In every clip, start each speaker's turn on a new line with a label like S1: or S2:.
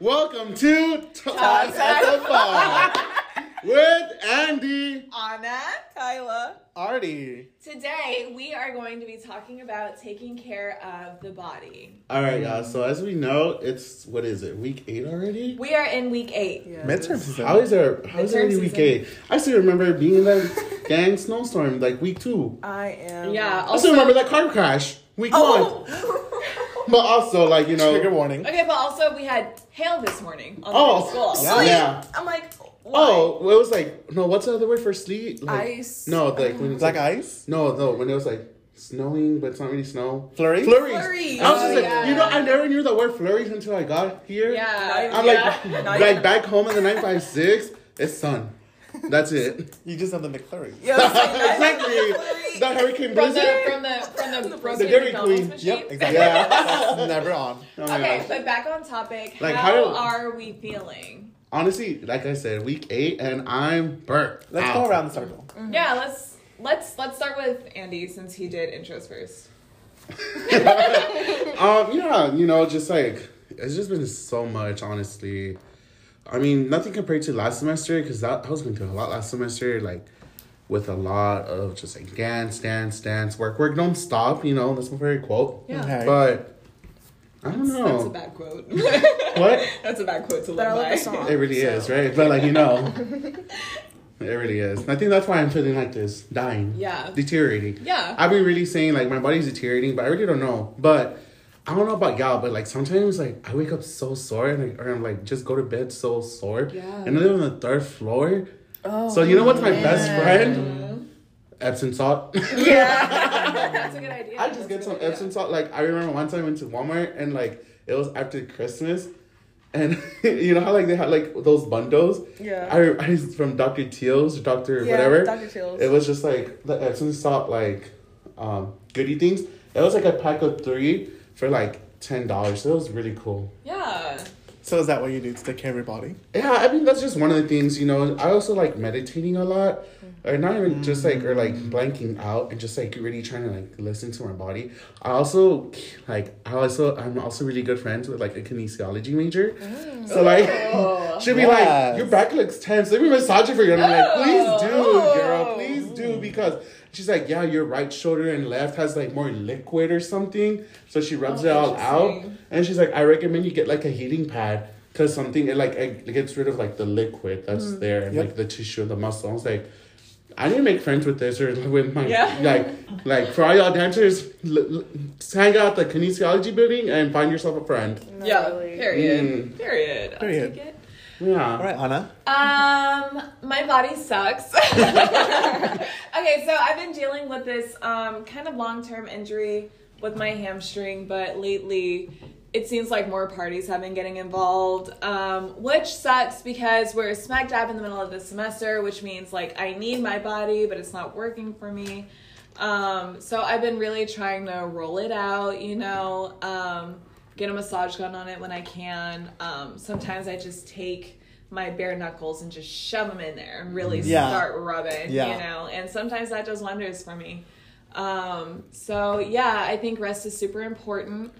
S1: Welcome to Toss at the Bar with Andy,
S2: Anna, Kyla.
S1: Artie.
S2: Today we are going to be talking about taking care of the body.
S1: All right, y'all. So as we know, it's what is it? Week eight already.
S2: We are in week eight.
S3: Midterm season.
S1: How is there? How is it
S2: Midterm
S1: already week
S2: season.
S1: eight? I still remember being in that gang snowstorm like week two.
S3: I am.
S2: Yeah.
S1: I
S2: Also,
S1: still remember that car crash week one. But also, like you know,
S3: Trigger warning.
S2: okay, but also we had hail this morning on the way
S1: Oh,
S2: to
S1: yeah.
S2: school.
S1: yeah.
S3: I'm like,
S1: Oh, well, it was like no. What's the other word for sleet? Like,
S3: Ice.
S1: No, like when it's
S3: Black
S1: like
S3: ice?
S1: no, no, when it was like snowing, but it's not really snow.
S3: Flurries?
S1: Flurries.
S2: Flurries.
S1: I was just
S2: Oh,
S1: like,
S2: yeah.
S1: you know, I never knew the word flurries until I got here.
S2: Yeah.
S1: I'm
S2: Yeah.
S1: like,
S3: Not
S1: like
S3: even-
S1: back home in the nine five six. It's sun. That's it.
S3: You just have the McFlurry.
S1: exactly. That hurricane
S2: From the
S1: blizzard.
S2: from the from the broken
S1: Dairy
S2: McDonald's
S1: Queen.
S2: machine.
S3: Yep, exactly.
S1: Yeah.
S3: That's never on.
S1: Oh my
S2: Okay,
S1: gosh.
S2: but back on topic.
S1: Like,
S2: how,
S1: how-
S2: are we feeling?
S1: Honestly, like I said, week eight, and I'm burnt.
S3: Let's
S1: out.
S3: go around the circle.
S2: Yeah, let's let's let's start with Andy since he did intros first.
S1: Um, yeah, you know, just like it's just been so much, honestly. I mean, nothing compared to last semester because that I was going through a lot last semester, like with a lot of just like dance, dance, dance, work, work, don't stop. You know, that's my favorite quote.
S2: Yeah.
S3: Okay.
S1: But I don't
S2: That's a
S1: know
S2: bad quote.
S1: what
S2: That's a bad quote to
S3: But I
S2: live
S3: love the
S2: by.
S3: song.
S1: it really
S3: so-
S1: is, right? But like you know, it really is. And I think that's why I'm feeling like this, dying,
S2: Yeah.
S1: deteriorating.
S2: Yeah.
S1: I've been really saying like my body's deteriorating, but I really don't know. But I don't know about y'all, but like sometimes like I wake up so sore and like, or I'm like just go to bed so sore.
S2: Yeah.
S1: And I live on the third floor. Oh, so you know what's my best friend? Epsom salt.
S2: That's a good idea.
S1: I just get some Epsom salt. Like I remember one time I went to Walmart and like it was after Christmas. And you know how like they had like those bundles?
S3: Yeah.
S1: I, I from Dr. Teal's, Dr.
S3: Yeah,
S1: whatever.
S3: Dr. Teal's.
S1: It was just like the Epsom salt like um goodie things. It was like a pack of three for like ten dollars. So it was really cool.
S2: Yeah.
S3: So is that what you do to take care of your body?
S1: Yeah, I mean that's just one of the things, you know. I also like meditating a lot. Or not even just like or like blanking out and just like really trying to like listen to my body. I also like I also I'm also really good friends with like a kinesiology major. So like she'll be like,
S3: Yes.
S1: Your back looks tense, let me massage it for you. And I'm like, please do,
S2: Oh.
S1: girl, please do because she's like, Yeah, your right shoulder and left has like more liquid or something. So she rubs
S2: Oh,
S1: it all out.
S2: interesting.
S1: And she's like, I recommend you get like a heating pad because something it like it gets rid of like the liquid that's
S2: Mm.
S1: there and
S3: Yep.
S1: like the tissue and the muscle. I was like, I need to make friends with this or with my
S2: Yeah.
S1: like like for all y'all dancers, l- l- hang out at the kinesiology building and find yourself a friend.
S2: yeah.
S3: really.
S2: Period.
S1: Mm.
S2: Period. I'll
S3: Period.
S2: take it.
S1: Yeah.
S3: All right, Anna.
S2: Um, my body sucks. okay, so I've been dealing with this um kind of long-term injury with my hamstring, but lately it seems like more parties have been getting involved, um, which sucks because we're smack dab in the middle of the semester, which means like I need my body, but it's not working for me. Um, so I've been really trying to roll it out, you know, um, get a massage gun on it when I can. Um, sometimes I just take my bare knuckles and just shove them in there and really
S3: Yeah.
S2: start rubbing,
S3: Yeah.
S2: you know, and sometimes that does wonders for me. Um, so yeah, I think rest is super important.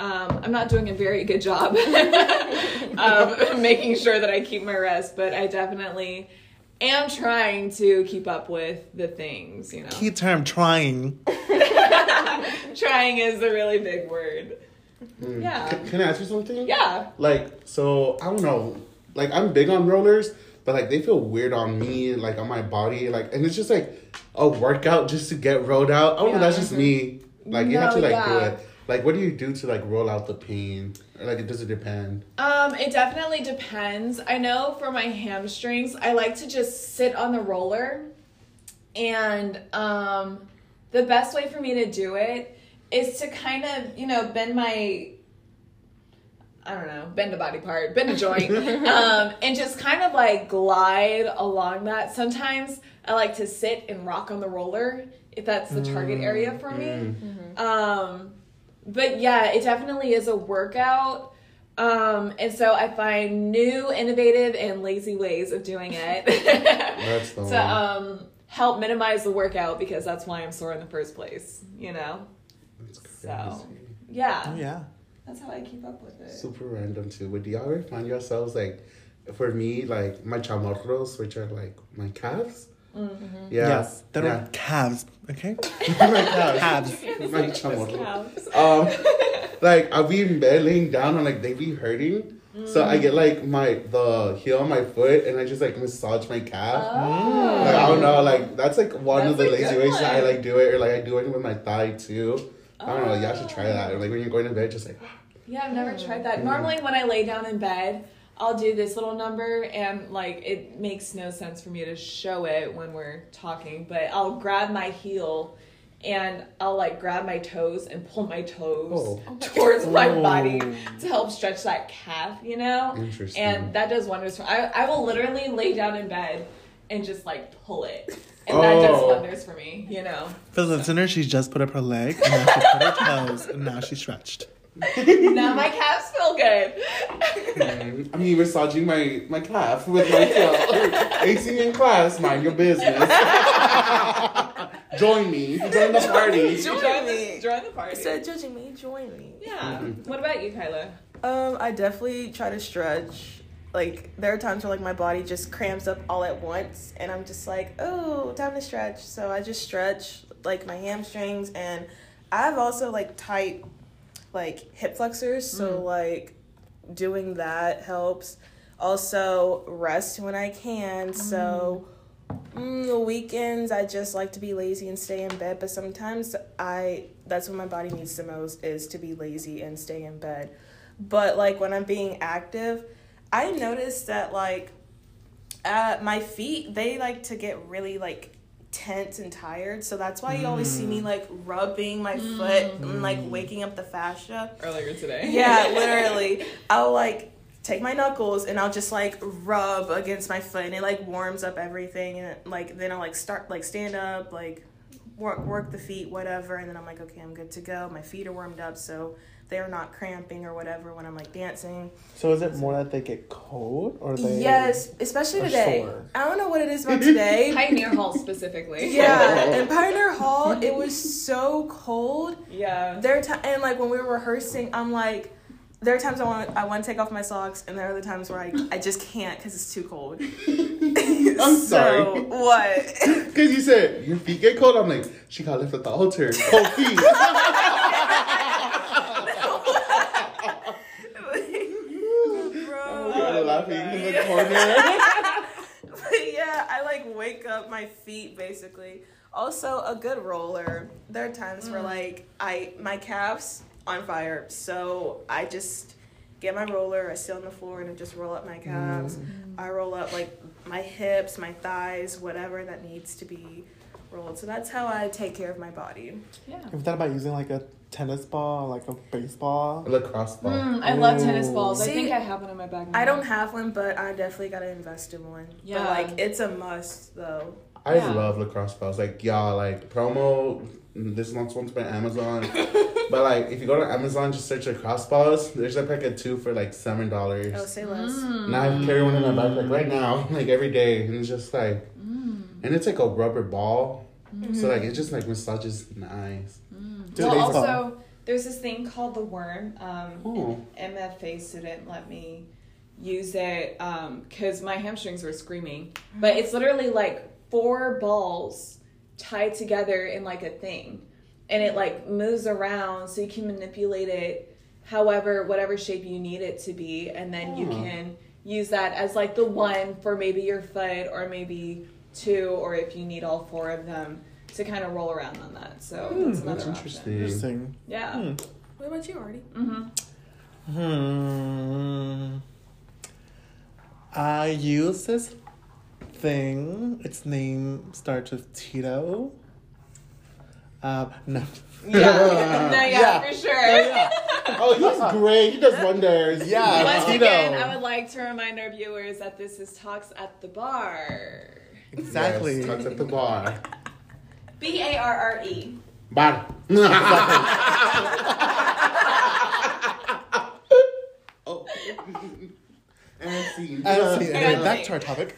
S2: Um, I'm not doing a very good job of making sure that I keep my rest, but I definitely am trying to keep up with the things, you know.
S3: Key term trying.
S2: Trying is a really big word. Yeah.
S1: Can, can I ask you something?
S2: Yeah.
S1: Like, so I don't know. Like, I'm big on rollers, but like they feel weird on me, like on my body, like, and it's just like a workout just to get rolled out. Oh,
S2: Yeah.
S1: know, that's just me. Like, you have to
S2: No,
S1: like do
S2: yeah.
S1: it. Like, what do you do to like roll out the pain? Or, like, it doesn't depend.
S2: Um, it definitely depends. I know for my hamstrings, I like to just sit on the roller and um the best way for me to do it is to kind of, you know, bend my I don't know, bend a body part, bend a joint, um, and just kind of like glide along that. Sometimes I like to sit and rock on the roller if that's the target
S1: Mm,
S2: area for me. Um, but yeah, it definitely is a workout. Um, and so I find new, innovative, and lazy ways of doing it.
S1: That's the one.
S2: so um, help minimize the workout because that's why I'm sore in the first place, you know?
S1: That's
S2: So, uh,
S1: crazy.
S2: yeah.
S3: Oh yeah.
S2: That's how I keep up with it.
S1: Super random too. But do y'all ever find yourselves like, for me, like my chamorros, which are like my calves?
S2: Mm-hmm.
S1: Yeah.
S3: Yes. They're
S1: yeah.
S3: like calves. Okay.
S1: my calves.
S3: Calves.
S1: My
S2: It's
S1: chamorro.
S2: cows.
S1: Um, like I'll be in bed laying down and like they be hurting. So I get like my the heel on my foot and I just like massage my calf. Like, I don't know, like that's like one of the
S2: Oh. That's a
S1: lazy
S2: good
S1: ways that I
S2: one.
S1: like do it, or like I do it with my thigh too. I don't know, y'all should
S2: Oh.
S1: try that. Or, like when you're going to bed, just like
S2: Yeah, I've never tried
S1: Mm.
S2: that. Normally, when I lay down in bed, I'll do this little number, and like it makes no sense for me to show it when we're talking, but I'll grab my heel and I'll like grab my toes and pull my toes
S1: Oh.
S2: towards my
S3: Oh.
S2: body to help stretch that calf, you know?
S1: Interesting.
S2: And that does wonders for I, I will literally lay down in bed and just like pull it. And
S1: Oh.
S2: that does wonders for me, you know?
S3: For the listener, she's just put up her leg and now she put her toes and now she's stretched.
S2: now my calves feel good.
S1: I mean massaging my my calf with my heel. AC in class, mind your business. Join me. Join the party.
S4: Join
S2: join
S4: me.
S2: The, join the party.
S4: Instead of judging me, join me.
S2: Yeah. What about you, Kyla?
S4: Um, I definitely try to stretch. Like there are times where like my body just cramps up all at once, and I'm just like, oh, time to stretch. So I just stretch like my hamstrings, and I have also like tight, like hip flexors. So like doing that helps. Also rest when I can. So. Mm, the weekends I just like to be lazy and stay in bed, but sometimes I that's what my body needs the most is to be lazy and stay in bed. But like when I'm being active, I noticed that like uh my feet they like to get really like tense and tired. So that's why you always see me like rubbing my foot and like waking up the fascia.
S2: Earlier today.
S4: Yeah, literally. I'll like take my knuckles and I'll just like rub against my foot and it like warms up everything and like then I'll like start like stand up, like work work the feet, whatever, and then I'm like, okay, I'm good to go. My feet are warmed up so they're not cramping or whatever when I'm like dancing.
S3: So is it more that they get cold or they
S4: yes, especially
S3: are
S4: today.
S3: sore.
S4: I don't know what it is about today.
S2: Pioneer Hall specifically.
S4: yeah, in Pioneer Hall, it was so cold
S2: Yeah.
S4: there are ti and like when we were rehearsing, I'm like, there are times I want I want to take off my socks, and there are other times where I I just can't because it's too cold.
S1: I'm sorry.
S4: So what?
S1: Because you said your feet get cold. I'm like, she got left at the altar. Cold feet.
S4: Bro.
S1: You're laughing in the corner.
S4: But yeah, I like wake up my feet basically. Also, a good roller. There are times
S2: Mm.
S4: where like I my calves on fire, so I just get my roller. I sit on the floor and I just roll up my calves.
S2: Mm.
S4: I roll up like my hips, my thighs, whatever that needs to be rolled. So that's how I take care of my body.
S2: Yeah.
S3: Have you thought about using like a tennis ball, like a baseball?
S1: Lacrosse ball.
S2: Mm, I love tennis balls. I
S4: See,
S2: think I have one in my bag. Now.
S4: I don't have one, but I definitely gotta invest in one. Yeah,
S2: Mm. Yeah.
S4: like it's a must though.
S1: I
S2: Yeah.
S1: love lacrosse balls. Like y'all, like promo. This one's one's by Amazon. but like, if you go to Amazon, just search lacrosse balls. There's a pack of two for like seven dollars.
S4: Oh, say less.
S2: Mm.
S1: And I carry one in my backpack right now, like every day, and it's just like, and it's like a rubber ball. So like, it just like massages my eyes.
S3: Do
S2: Well,
S3: baseball.
S2: also, there's this thing called the worm. Um,
S1: Ooh.
S2: an MFA student let me use it because my hamstrings were screaming. But it's literally like four balls tied together in like a thing, and it like moves around so you can manipulate it however whatever shape you need it to be, and then you
S1: Oh.
S2: can use that as like the one for maybe your foot or maybe two or if you need all four of them to kind of roll around on that. So that's another
S1: That's
S2: option.
S1: interesting.
S3: Interesting.
S2: Yeah.
S3: Hmm.
S4: What about you, Artie?
S2: Mm-hmm.
S3: Hmm. I use this thing. Its name starts with Tito. Um, no.
S2: Yeah, no, yeah,
S3: Yeah.
S2: for sure.
S3: Yeah.
S1: Oh, he's great. He does wonders.
S3: Yeah.
S2: Once
S3: Tito.
S2: again, I would like to remind our viewers that this is Talks at the Bar.
S3: Exactly.
S1: Yes, cuts at the bar.
S2: B A R R E.
S1: Bar. oh. And scene.
S3: I don't see it. Anyway,
S2: Yeah.
S3: back to our topic.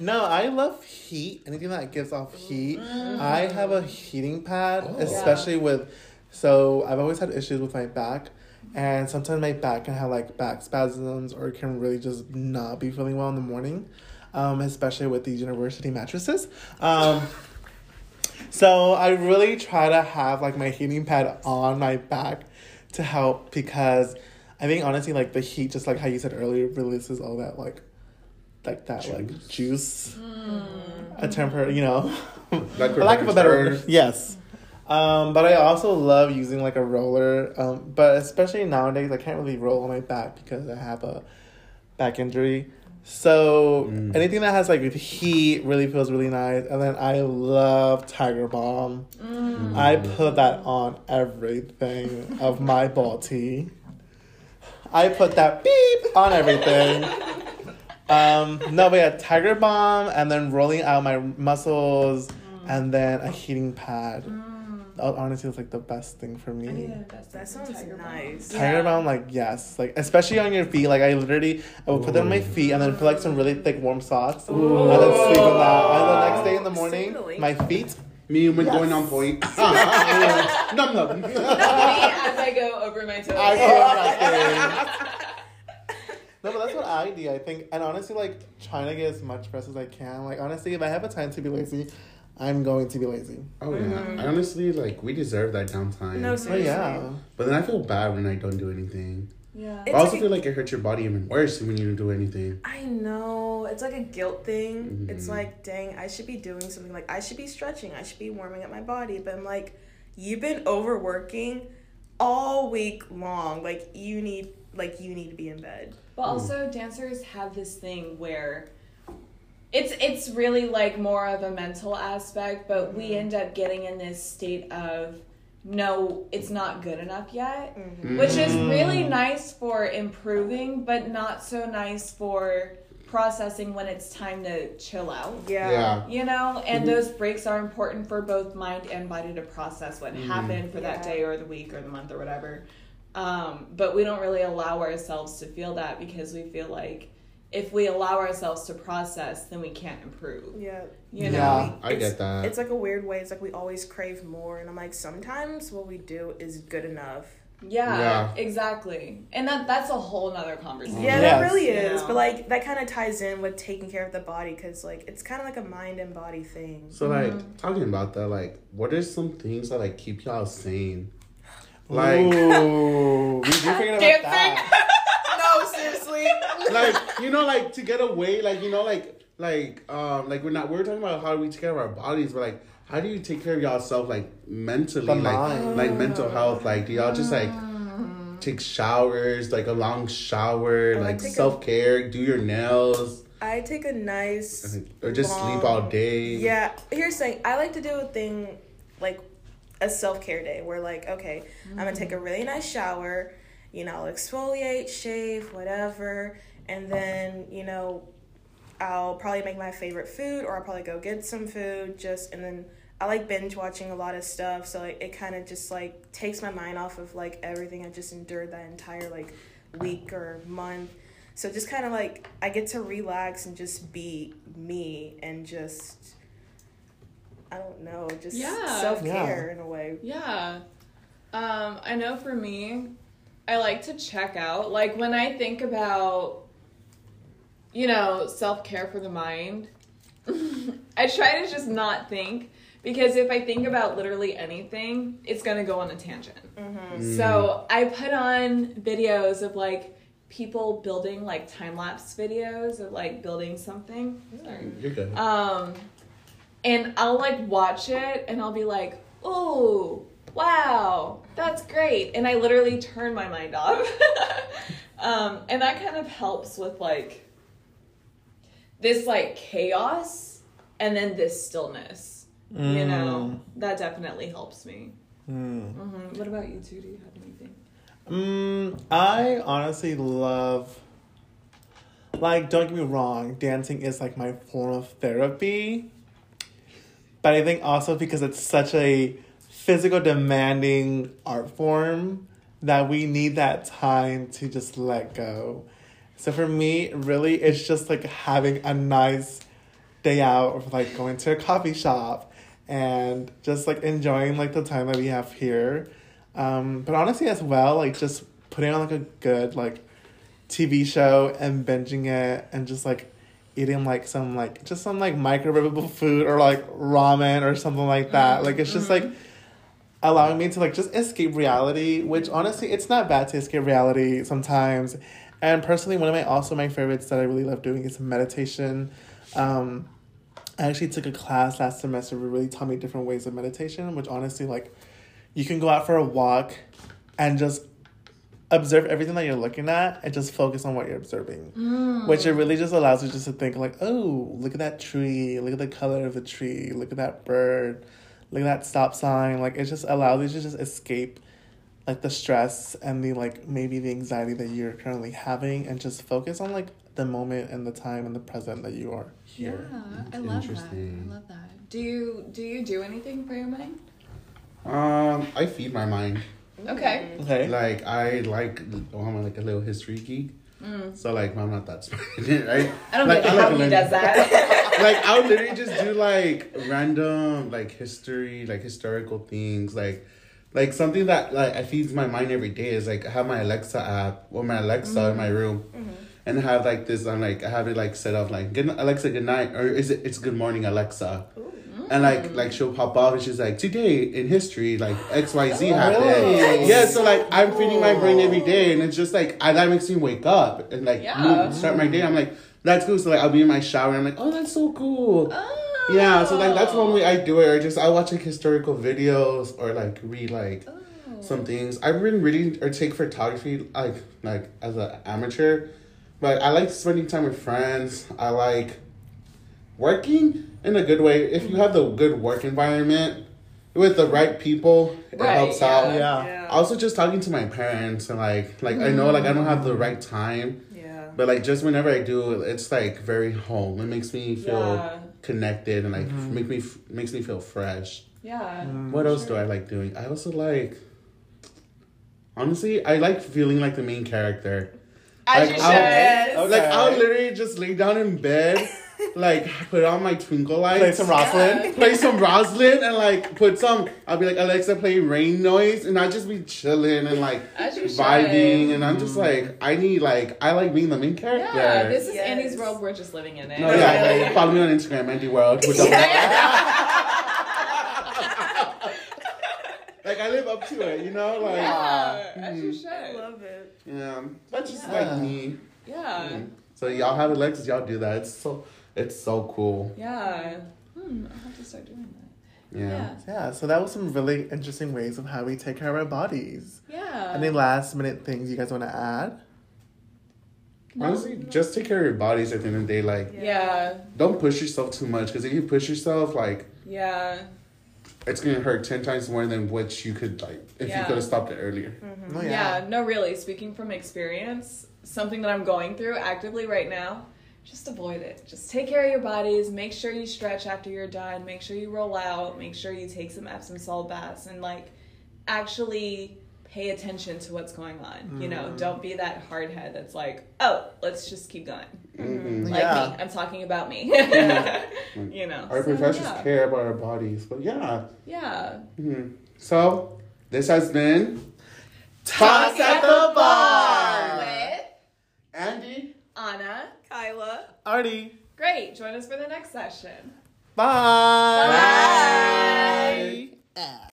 S3: No, I love heat. Anything that gives off heat. I have a heating pad,
S1: Oh.
S3: especially with. So I've always had issues with my back, and sometimes my back can have like back spasms or can really just not be feeling well in the morning, um, especially with these university mattresses. Um, so I really try to have like my heating pad on my back to help because I think honestly like the heat, just like how you said earlier, releases all that like like that like juice, a temper, you know,
S1: Like
S3: for lack of a better word.
S1: return.
S3: Yes. Um, but I also love using like a roller, um, but especially nowadays I can't really roll on my back because I have a back injury. So anything that has like with heat really feels really nice. And then I love Tiger Balm. I put that on everything of my ball tea. I put that beep on everything. Um, no, but yeah, Tiger Balm, and then rolling out my muscles, and then a heating pad. Oh, Honestly, it's like the best thing for me.
S2: I
S4: Oh,
S2: need an investment
S4: That
S2: in
S4: sounds
S2: Tiger Balm.
S4: nice.
S3: Tiger
S2: Yeah.
S3: Balm, like yes, like especially on your feet. Like I literally, I would put that on my feet and then put like some really thick warm socks, and then sleep on that. And the next day in the morning,
S4: Singly.
S3: my feet.
S1: Me when going on point. num num.
S2: As I go over my toes.
S3: I feel nothing. No, but that's what I do. I think, and honestly, like trying to get as much rest as I can. Like honestly, if I have a time to be lazy, I'm going to be lazy.
S1: Oh
S3: Mm.
S1: yeah. Honestly, like we deserve that downtime.
S4: No,
S3: But
S4: seriously.
S3: Oh, yeah,
S1: But then I feel bad when I don't do anything.
S2: yeah.
S1: I
S4: It's
S1: also
S4: like a-
S1: feel like it hurts your body even worse when you don't do anything.
S4: I know. It's like a guilt thing. It's
S1: Mhm.
S4: like, dang, I should be doing something. Like, I should be stretching. I should be warming up my body. But I'm like, you've been overworking all week long. Like, you need, like, you need to be in bed.
S2: But also, dancers have this thing where it's it's really like more of a mental aspect, but we end up getting in this state of no, it's not good enough yet, which
S1: Mm.
S2: is really nice for improving, but not so nice for processing when it's time to chill out.
S1: Yeah.
S2: You know, and those breaks are important for both mind and body to process what happened for that
S4: Yeah.
S2: day or the week or the month or whatever. Um, but we don't really allow ourselves to feel that because we feel like if we allow ourselves to process, then we can't improve.
S4: Yeah.
S2: You know?
S3: Yeah.
S4: We-
S1: I
S4: it's-
S1: get that.
S4: It's like a weird way. It's like we always crave more. And I'm like, sometimes what we do is good enough.
S2: Yeah,
S1: Yeah.
S2: exactly. And that that's a whole nother
S1: Oh,
S2: conversation.
S3: Yes.
S4: Yeah, that really is.
S2: Yeah.
S4: But like that kind of ties in with taking care of the body because like it's kind of like a mind and body thing.
S1: So like talking about that, like what are some things that like keep y'all sane? Like
S3: Ooh, we do forget about that.
S4: no, seriously.
S1: like you know like to get away, like you know like like um like we're not we we're talking about how we take care of our bodies, but like how do you take care of yourself like mentally,
S3: The
S1: like
S3: mind.
S1: like mental health? Like do y'all just like take showers, like a long shower,
S4: like,
S1: like
S4: take a-
S1: self care, do your nails,
S4: I take a nice
S1: or just sleep all
S4: long-
S1: day?
S4: Yeah, here's the thing. I like to do a thing like a self care day where like okay, I'm gonna take a really nice shower. You know, I'll exfoliate, shave, whatever, and then you know, I'll probably make my favorite food or I'll probably go get some food. Just and then I like binge watching a lot of stuff, so like, it kind of just like takes my mind off of like everything I just endured that entire like week or month. So just kind of like I get to relax and just be me and just I don't know, just
S2: Yeah.
S4: self care in a way.
S2: Yeah. Um, I know for me, I like to check out. Like when I think about, you know, self care for the mind, I try to just not think because if I think about literally anything, it's going to go on a tangent.
S1: Mm.
S2: So I put on videos of like people building like time lapse videos of like building something. Sorry.
S1: You're good.
S2: Um, and I'll like watch it and I'll be like, oh, wow, that's great. And I literally turn my mind off. um, and that kind of helps with like this like chaos and then this stillness. You know, that definitely helps me.
S3: Mm.
S2: Mhm. What about you two? Do you have anything?
S3: Mm, I honestly love. Like, don't get me wrong, dancing is like my form of therapy. But I think also because it's such a physical, demanding art form that we need that time to just let go. So for me, really, it's just like having a nice day out of like going to a coffee shop and just like enjoying like the time that we have here. Um, but honestly, as well, like just putting on like a good like TV show and binging it and just like eating like some like just some like microwavable food or like ramen or something like that. Like it's just like allowing me to like just escape reality, which honestly it's not bad to escape reality sometimes. And personally, one of my also my favorites that I really love doing is meditation. Um, I actually took a class last semester that really taught me different ways of meditation, which honestly like you can go out for a walk and just observe everything that you're looking at and just focus on what you're observing which it really just allows you just to think like oh look at that tree look at the color of the tree look at that bird look at that stop sign like it just allows you to just escape like the stress and the like maybe the anxiety that you're currently having and just focus on like the moment and the time and the present that you are
S1: Yeah,
S3: here
S1: I love that. I Interesting.
S2: love that. Do you do you do anything for your mind?
S1: Um, I feed my mind.
S2: Okay.
S3: okay
S1: Like I like, oh, I'm like a little history geek. So like, I'm not that smart. right?
S2: Mm. I don't
S1: like,
S2: know how he
S1: learning.
S2: does that.
S1: like I would literally just do like random like history, like historical things, like like something that like I feeds my mind every day is like I have my Alexa app or my Alexa in my room. And have like this, I'm like I have it like set up like good Alexa, good night, or is it? It's good morning, Alexa, and like like she'll pop up and she's like today in history like X Y Z happened.
S3: really?
S1: Yeah, so like I'm feeding my brain every day, and it's just like I, that makes me wake up and like
S2: Yeah.
S1: move, start my day. I'm like that's cool. So like I'll be in my shower, and I'm like oh that's so cool.
S2: Oh.
S1: Yeah, so like that's one way I do it, or just I watch like historical videos or like read like
S2: Oh.
S1: some things. I really really or take photography like like as an amateur, but I like spending time with friends. I like working in a good way. If you have the good work environment with the right people, it
S2: Right,
S1: helps
S2: yeah.
S1: out.
S3: yeah
S1: Also, just talking to my parents and like like I know like I don't have the right time,
S4: Yeah.
S1: but like just whenever I do, it's like very home. It makes me feel
S2: Yeah.
S1: connected and like
S3: Mm-hmm.
S1: make me f- makes me feel fresh.
S2: Yeah.
S1: What else do I like doing? I also like. Honestly, I like feeling like the main character.
S2: As
S1: Like,
S2: you
S1: I'll-
S2: should.
S3: Okay.
S1: Like I'll literally just lay down in bed, like put on my twinkle lights,
S3: play some Rosalind
S1: play some Roslyn and like put some. I'll be like Alexa, play rain noise, and I just be chilling and like
S2: As you should.
S1: vibing, and I'm just like I need like I like being the main character.
S2: Yeah, this is
S4: Yes.
S2: Andy's world. We're just living in eh? it.
S1: no, yeah, like, follow me on Instagram, Andy World. with the- like I live up to it, you know, like yeah,
S2: Yeah, as you
S4: I
S2: should.
S4: love it.
S1: that's just
S3: Yeah.
S1: like me.
S2: Yeah.
S1: So y'all have Alexas, y'all do that. It's so it's so cool.
S2: Yeah. Hmm. I have to start doing that.
S1: Yeah,
S3: yeah so that was some really interesting ways of how we take care of our bodies
S2: Yeah. yeah.
S3: Any last minute things you guys want to add?
S1: honestly, just take care of your bodies at the end of the day. Like,
S2: yeah.
S1: don't push yourself too much because if you push yourself, like
S2: Yeah.
S1: it's gonna hurt ten times more than what you could like if you
S2: Yeah.
S1: could have stopped it earlier.
S3: Oh,
S2: yeah. no, really. Speaking from experience, something that I'm going through actively right now, just avoid it. Just take care of your bodies. Make sure you stretch after you're done. Make sure you roll out. Make sure you take some Epsom salt baths and like actually pay attention to what's going on. You know, don't be that hard head that's like, oh, let's just keep going.
S1: Mm-mm.
S2: Like
S3: Yeah.
S2: me, I'm talking about me. you know,
S1: Our
S2: so,
S1: professors
S2: yeah.
S1: care about our bodies, but yeah.
S2: Yeah.
S1: Mhm. So this has been
S3: Toss at the bar.
S2: With
S1: Andy.
S2: Uh, Anna.
S4: Kyla.
S3: Artie.
S2: Great. Join us for the next session.
S3: Bye.
S2: Bye.
S3: Bye.